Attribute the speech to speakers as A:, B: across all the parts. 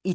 A: I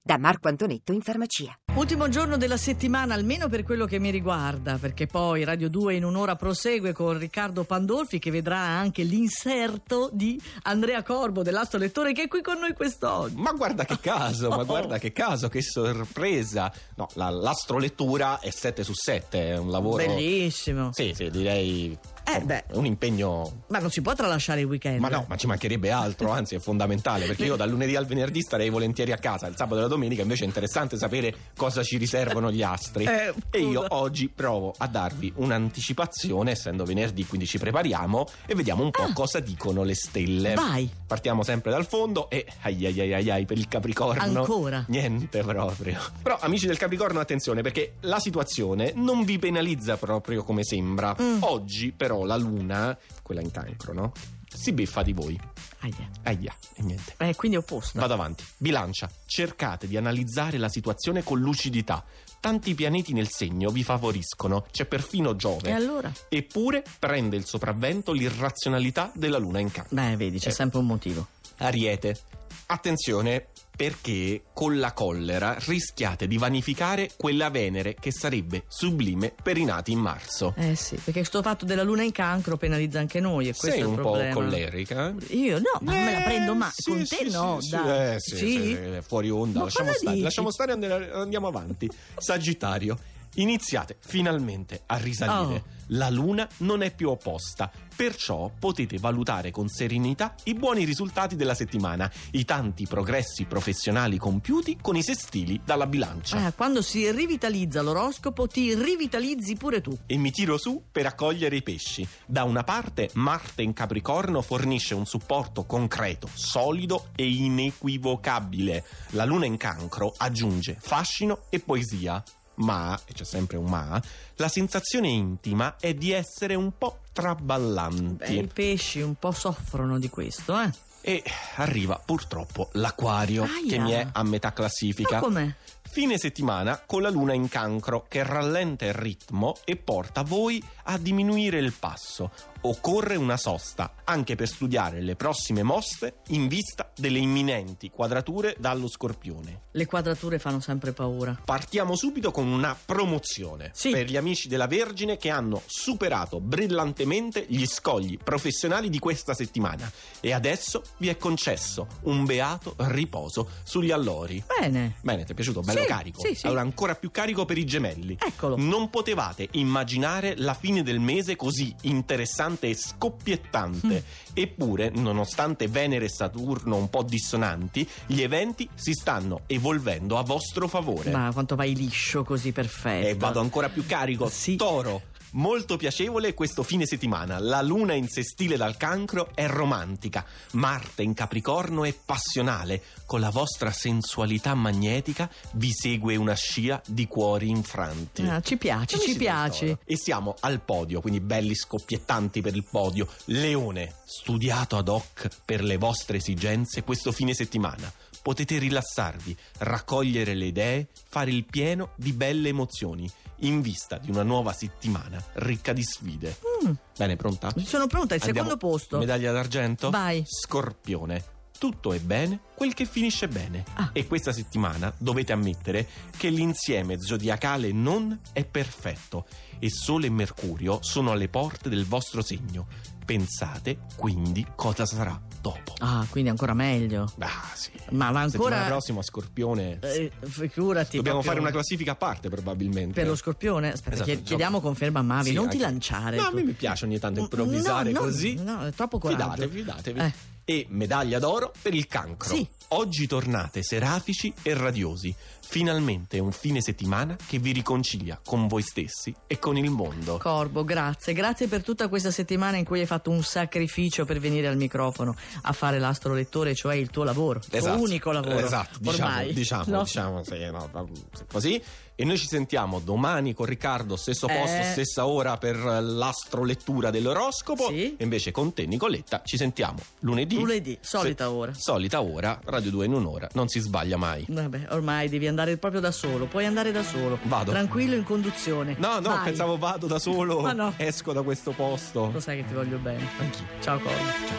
A: da Marco Antonetto in farmacia.
B: Ultimo giorno della settimana, almeno per quello che mi riguarda, perché poi Radio 2 in un'ora prosegue con Riccardo Pandolfi che vedrà anche l'inserto di Andrea Corbo dell'Astro Lettore che è qui con noi quest'oggi.
C: Ma guarda che caso, ma guarda che caso, che sorpresa. No, la, l'astrolettura è 7 su 7, è un lavoro...
B: Bellissimo.
C: Sì, sì, direi...
B: Eh, beh. Eh,
C: È un impegno...
B: Ma non si può tralasciare il weekend.
C: Ma no, ma ci mancherebbe altro, anzi è fondamentale, perché io dal lunedì al venerdì starei volentieri a casa, il sabato e la domenica invece è interessante sapere cosa ci riservano gli astri.
B: Eh,
C: e io
B: scusa.
C: oggi provo a darvi un'anticipazione, essendo venerdì, quindi ci prepariamo e vediamo un po'
B: Ah.
C: cosa dicono le stelle.
B: Vai,
C: Partiamo sempre dal fondo e ai ai ai ai ai per il Capricorno.
B: ancora.
C: Niente proprio. Però amici del Capricorno, attenzione perché la situazione non vi penalizza proprio come sembra.
B: Mm.
C: Oggi però la luna, quella in cancro, no? Si beffa di voi.
B: Aia.
C: Aia, e niente.
B: Ah, Eh, quindi opposta.
C: Vado avanti. Bilancia, cercate di analizzare la situazione con lucidità. Tanti pianeti nel segno vi favoriscono, c'è perfino
B: E
C: Giove.
B: allora?
C: Eppure prende il sopravvento l'irrazionalità della luna in cancro.
B: Beh, vedi, c'è
C: Eh.
B: sempre un motivo.
C: Ariete, attenzione perché con la collera rischiate di vanificare quella Venere che sarebbe sublime per i nati in marzo.
B: Eh sì, perché sto fatto della luna in cancro penalizza anche noi e questo
C: Sei
B: è il
C: un po'
B: problema.
C: collerica? eh?
B: Io no, ma non me la
C: Eh,
B: prendo mai.
C: sì,
B: Con
C: sì,
B: te
C: sì,
B: no,
C: sì,
B: dai.
C: eh, sì, sì, eh, fuori onda,
B: Ma
C: lasciamo
B: cosa
C: stare,
B: dici?
C: lasciamo stare e and- andiamo avanti. Sagittario, iniziate finalmente a risalire.
B: Oh.
C: La luna non è più opposta, perciò potete valutare con serenità i buoni risultati della settimana, i tanti progressi professionali compiuti con i sestili dalla bilancia.
B: Ah, quando si rivitalizza l'oroscopo, ti rivitalizzi pure tu.
C: e mi tiro su per accogliere i pesci. Da una parte, Marte in Capricorno fornisce un supporto concreto, solido e inequivocabile. La Luna in Cancro aggiunge fascino e poesia. Ma, e c'è sempre un ma, la sensazione intima è di essere un po'
B: Beh,
C: traballanti.
B: I pesci un po' soffrono di questo, eh.
C: E arriva purtroppo l'Aquario,
B: Aia.
C: che mi è a metà
B: Ma
C: classifica.
B: com'è?
C: Fine settimana con la luna in cancro che rallenta il ritmo e porta voi a diminuire il passo. Occorre una sosta anche per studiare le prossime mosse in vista delle imminenti quadrature dallo scorpione.
B: Le quadrature fanno sempre paura.
C: Partiamo subito con una promozione
B: Sì.
C: per gli amici della Vergine che hanno superato brillantemente gli scogli professionali di questa settimana e adesso vi è concesso un beato riposo sugli allori.
B: Bene,
C: Bene, ti è piaciuto? Bello
B: Sì,
C: carico.
B: sì, sì.
C: Allora, ancora più carico per i gemelli.
B: eccolo.
C: Non potevate immaginare la fine del mese così interessante e scoppiettante.
B: Mm.
C: Eppure, nonostante Venere e Saturno un po' dissonanti, gli eventi si stanno evolvendo a vostro favore.
B: Ma quanto vai liscio così perfetto.
C: E Eh. vado ancora più carico.
B: Sì.
C: Toro. Molto piacevole questo fine settimana. La luna in sestile dal cancro è romantica. Marte in Capricorno è passionale. Con la vostra sensualità magnetica vi segue una scia di cuori infranti.
B: Ah, ci piace,
C: Amici
B: ci
C: del
B: piace.
C: Toro. E siamo al podio, quindi belli scoppiettanti per il podio. Leone, studiato ad hoc per le vostre esigenze questo fine settimana. Potete rilassarvi, raccogliere le idee, fare il pieno di belle emozioni in vista di una nuova settimana ricca di sfide.
B: Mm,
C: Bene, pronta?
B: sono pronta, il
C: Andiamo-
B: secondo posto.
C: Medaglia d'argento?
B: Vai.
C: Scorpione. Tutto è bene quel che finisce bene.
B: Ah.
C: E questa settimana dovete ammettere che l'insieme zodiacale non è perfetto e Sole e Mercurio sono alle porte del vostro segno. Pensate quindi cosa sarà dopo.
B: Ah, quindi ancora meglio.
C: Ah, sì.
B: Ma va
C: Settimana
B: ancora...
C: prossima Scorpione.
B: Eh, figurati.
C: Dobbiamo
B: proprio-
C: fare una classifica a parte probabilmente.
B: Per lo scorpione? Aspetta,
C: Esatto,
B: chied-
C: gioco.
B: chiediamo conferma a Mavi,
C: Sì,
B: non ti
C: anche-
B: lanciare.
C: No, a
B: tu.
C: me mi piace ogni tanto
B: Mm,
C: improvvisare
B: no, no,
C: così.
B: No, è troppo coraggio.
C: Fidatevi, fidatevi.
B: Eh.
C: E medaglia d'oro per il cancro.
B: Sì.
C: Oggi tornate serafici e radiosi. Finalmente un fine settimana che vi riconcilia con voi stessi e con il mondo.
B: Corbo, grazie, grazie per tutta questa settimana in cui hai fatto un sacrificio per venire al microfono a fare l'astrolettore, cioè il tuo lavoro, il tuo unico lavoro.
C: Esatto, diciamo,
B: ormai.
C: diciamo,
B: no?
C: diciamo, sì, no, va- sì, così. E noi ci sentiamo domani con Riccardo, stesso posto,
B: Eh.
C: stessa ora per l'astrolettura dell'oroscopo.
B: Sì.
C: E invece con te, Nicoletta, ci sentiamo lunedì
B: Lunedì, solita ora.
C: Solita ora, Radio 2 in un'ora, non si sbaglia mai.
B: Vabbè, ormai devi andare proprio da solo, puoi andare da solo.
C: Vado.
B: Tranquillo in conduzione.
C: No, no,
B: Vai.
C: pensavo vado da solo,
B: Ma no.
C: esco da questo posto.
B: Lo sai che ti voglio bene.
C: Anch'io.
B: Ciao Colli.